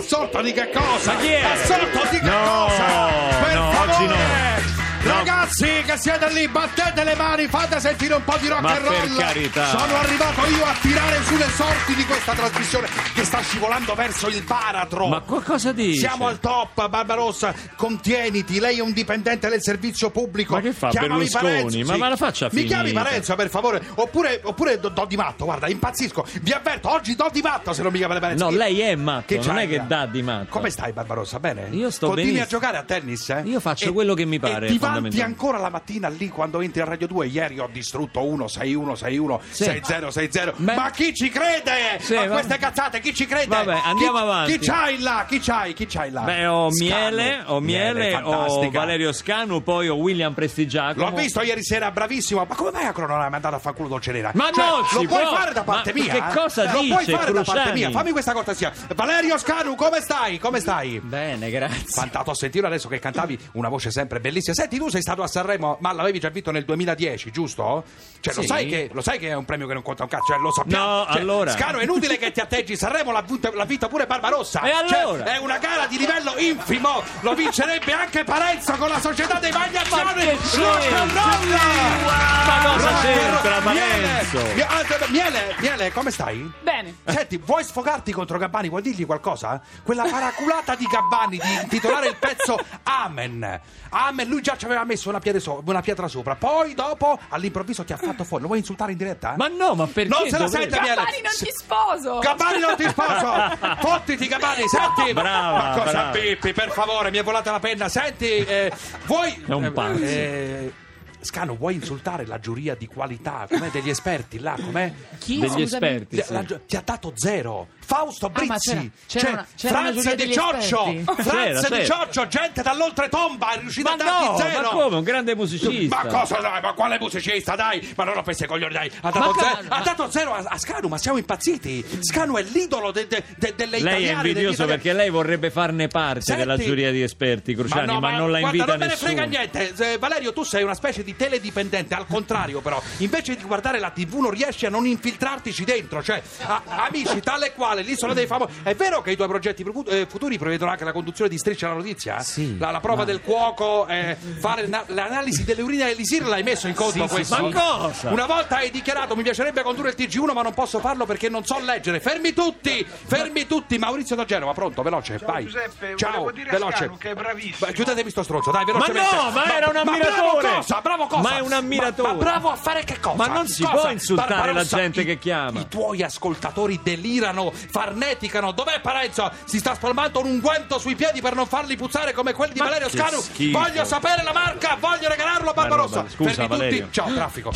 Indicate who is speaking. Speaker 1: Assolto di che cosa?
Speaker 2: Ma chi è?
Speaker 1: Assolto di che
Speaker 2: No,
Speaker 1: cosa? Per
Speaker 2: no,
Speaker 1: favore!
Speaker 2: oggi no. No.
Speaker 1: Ragazzi che siete lì, battete le mani, fate sentire un po' di rock
Speaker 2: Ma
Speaker 1: and roll.
Speaker 2: per carità.
Speaker 1: Sono arrivato io a tirare sulle sorti di questa trasmissione che sta scivolando verso il baratro.
Speaker 2: Ma co- cosa dici?
Speaker 1: Siamo al top, Barbarossa, contieniti, lei è un dipendente del servizio pubblico.
Speaker 2: Ma che fa
Speaker 1: Chiamami
Speaker 2: Berlusconi?
Speaker 1: Parenzo,
Speaker 2: Ma-
Speaker 1: sì.
Speaker 2: ma la faccia
Speaker 1: Mi chiami
Speaker 2: finita.
Speaker 1: Parenzo, per favore, oppure, oppure do, do di matto, guarda, impazzisco. Vi avverto, oggi do di matto se non mi chiamate Parenzo.
Speaker 2: No,
Speaker 1: Io-
Speaker 2: lei è matto, non
Speaker 1: c'hai,
Speaker 2: è che
Speaker 1: Gra-
Speaker 2: dà di matto.
Speaker 1: Come stai Barbarossa, bene?
Speaker 2: Io sto
Speaker 1: Continui
Speaker 2: benissimo.
Speaker 1: a giocare a tennis, eh?
Speaker 2: Io faccio quello che mi pare,
Speaker 1: E ti vanti
Speaker 2: fondamentalmente.
Speaker 1: ancora la mattina lì quando entri a Radio 2, ieri ho distrutto 1, 6, 1, 6, 1,
Speaker 2: Sì.
Speaker 1: 6, 0, 6, 0.
Speaker 2: Ma-
Speaker 1: Ma chi ci crede
Speaker 2: Sì,
Speaker 1: a
Speaker 2: va-
Speaker 1: queste cazzate? Chi ci crede?
Speaker 2: Vabbè,
Speaker 1: Chi-
Speaker 2: andiamo avanti.
Speaker 1: Chi c'hai là? Chi c'hai? Chi c'hai là?
Speaker 2: Beh, ho
Speaker 1: Scanu.
Speaker 2: Miele, ho Ah, Miele, ho
Speaker 1: fantastica.
Speaker 2: Valerio Scanu, poi ho William Prestigiacomo.
Speaker 1: L'ho visto ieri sera, bravissimo. Ma come mai a Crona l'hai mandato a far culo Dolce Nera?
Speaker 2: Ma
Speaker 1: Cioè,
Speaker 2: no,
Speaker 1: Lo
Speaker 2: si
Speaker 1: puoi
Speaker 2: può.
Speaker 1: fare da parte
Speaker 2: Ma
Speaker 1: mia?
Speaker 2: che cosa
Speaker 1: eh? Lo puoi
Speaker 2: dice
Speaker 1: fare da parte
Speaker 2: Cruciani?
Speaker 1: mia? Fammi questa cortesia. Valerio Scanu, come stai? Come stai?
Speaker 3: Bene, grazie.
Speaker 1: Fantato a sentire adesso che cantavi una voce sempre bellissima. Senti, tu sei stato a Sanremo, ma l'avevi già vinto nel 2010, giusto? Cioè, lo,
Speaker 3: Sì.
Speaker 1: sai che, lo sai che è un premio che non conta un cazzo, cioè, lo sappiamo.
Speaker 2: No,
Speaker 1: Cioè,
Speaker 2: allora.
Speaker 1: Scanu, è inutile che ti atteggi. Sanremo l'ha vinta, l'ha vinta pure Barbarossa.
Speaker 2: E
Speaker 1: Cioè,
Speaker 2: allora?
Speaker 1: è una gara di livello infimo. Lo vincerebbe anche Parenzo con la società dei Magnazzoni. Rock
Speaker 2: che
Speaker 1: and
Speaker 2: c'entra?
Speaker 1: roll!
Speaker 2: Ma
Speaker 1: Rock
Speaker 2: cosa
Speaker 1: and
Speaker 2: c'entra
Speaker 1: roll. Miele,
Speaker 2: Parenzo?
Speaker 1: mi- ah, Miele, Miele, come stai?
Speaker 4: Bene.
Speaker 1: Senti, vuoi sfogarti contro Gabbani? Vuoi dirgli qualcosa? Quella paraculata di Gabbani di intitolare il pezzo Amen. Amen, lui già ci aveva messo una, pietra so- una pietra sopra. Poi, dopo, all'improvviso ti ha fatto fuori. Lo vuoi insultare in diretta?
Speaker 2: Ma no, ma perché
Speaker 1: Non se la
Speaker 2: dovrei-
Speaker 1: sente, Miele.
Speaker 4: Gabbani non ti sposo!
Speaker 1: Gabbani non ti sposo! Fottiti Gabbani, senti!
Speaker 2: Brava,
Speaker 1: Ma cosa
Speaker 2: brava.
Speaker 1: Pippi, per favore, mi è volata la penna. Senti, eh, vuoi...
Speaker 2: È un pazzo.
Speaker 1: eh, Scano, vuoi insultare la giuria di qualità? Com'è degli esperti là? Com'è?
Speaker 3: Chi?
Speaker 2: degli
Speaker 3: Scusami.
Speaker 2: esperti.
Speaker 1: Ti-
Speaker 2: sì.
Speaker 1: la gio- ti ha dato zero. Fausto
Speaker 3: Ah, ma
Speaker 1: Brizzi,
Speaker 3: c'era- c'era
Speaker 1: cioè,
Speaker 3: una- c'era una
Speaker 1: Franz
Speaker 3: giuria
Speaker 1: Di
Speaker 3: degli
Speaker 1: Cioccio,
Speaker 3: esperti.
Speaker 1: Franz Di
Speaker 2: C'era, c'era.
Speaker 1: Cioccio, gente dall'oltretomba, è riuscita
Speaker 2: Ma
Speaker 1: a darti
Speaker 2: no,
Speaker 1: zero.
Speaker 2: ma come? Un grande musicista.
Speaker 1: Ma cosa dai? Ma quale musicista dai? Ma non ho questi coglioni dai. Ha dato, zero,
Speaker 3: Ma cavolo,
Speaker 1: ha
Speaker 3: ma-
Speaker 1: dato zero a, a Scanu, ma siamo impazziti. Scanu è l'idolo de- de- de- delle
Speaker 2: Lei è
Speaker 1: italiane. degli
Speaker 2: invidioso
Speaker 1: italiani.
Speaker 2: perché lei vorrebbe farne parte
Speaker 1: Senti-
Speaker 2: della giuria di esperti, Cruciani, ma,
Speaker 1: no,
Speaker 2: non la invita
Speaker 1: guarda, non
Speaker 2: nessuno.
Speaker 1: me ne frega niente. Eh, Valerio, tu sei una specie di teledipendente, al contrario, però. Invece di guardare la TV non riesci a non infiltrartici dentro. Cioè, a- amici, tale e quale, l'isola dei famosi. È vero che i tuoi progetti prevu- eh, futuri prevedono anche la conduzione di striscia alla notizia? Eh?
Speaker 3: Sì,
Speaker 1: La, la prova
Speaker 3: ma-
Speaker 1: del cuoco, eh, fare na- l'analisi delle urine dell'Isir l'hai messo in conto
Speaker 3: Sì, sì,
Speaker 1: questo?
Speaker 2: sì. Ma cosa?
Speaker 1: Una volta hai dichiarato mi piacerebbe condurre il TG1 ma non posso farlo perché non so leggere. Fermi tutti! Fermi tutti! Maurizio da Genova, pronto, veloce,
Speaker 5: Ciao,
Speaker 1: vai.
Speaker 5: Giuseppe,
Speaker 1: Ciao,
Speaker 5: volevo dire a
Speaker 1: veloce.
Speaker 5: Scanu che è bravissimo.
Speaker 1: Beh, chiudetemi sto stronzo, dai,
Speaker 2: Ma
Speaker 1: velocemente.
Speaker 2: no, ma era un ammiratore.
Speaker 1: Bravo cosa? Bravo cosa?
Speaker 2: Ma è un ammiratore.
Speaker 1: Ma, ma bravo a fare che cosa?
Speaker 2: Ma non si
Speaker 1: Cosa?
Speaker 2: può insultare
Speaker 1: Barbarossa,
Speaker 2: la gente
Speaker 1: i-
Speaker 2: che chiama.
Speaker 1: I tuoi ascoltatori delirano, farneticano. Dov'è Parenzo? Si sta spalmando un unguento sui piedi per non farli puzzare come quelli di Valerio
Speaker 2: che
Speaker 1: Scanu.
Speaker 2: schifo.
Speaker 1: Voglio sapere la marca, voglio regalarlo a Barbarossa.
Speaker 2: no, ma scusa,
Speaker 1: Fermi tutti.
Speaker 2: Valerio.
Speaker 1: Ciao, traffico.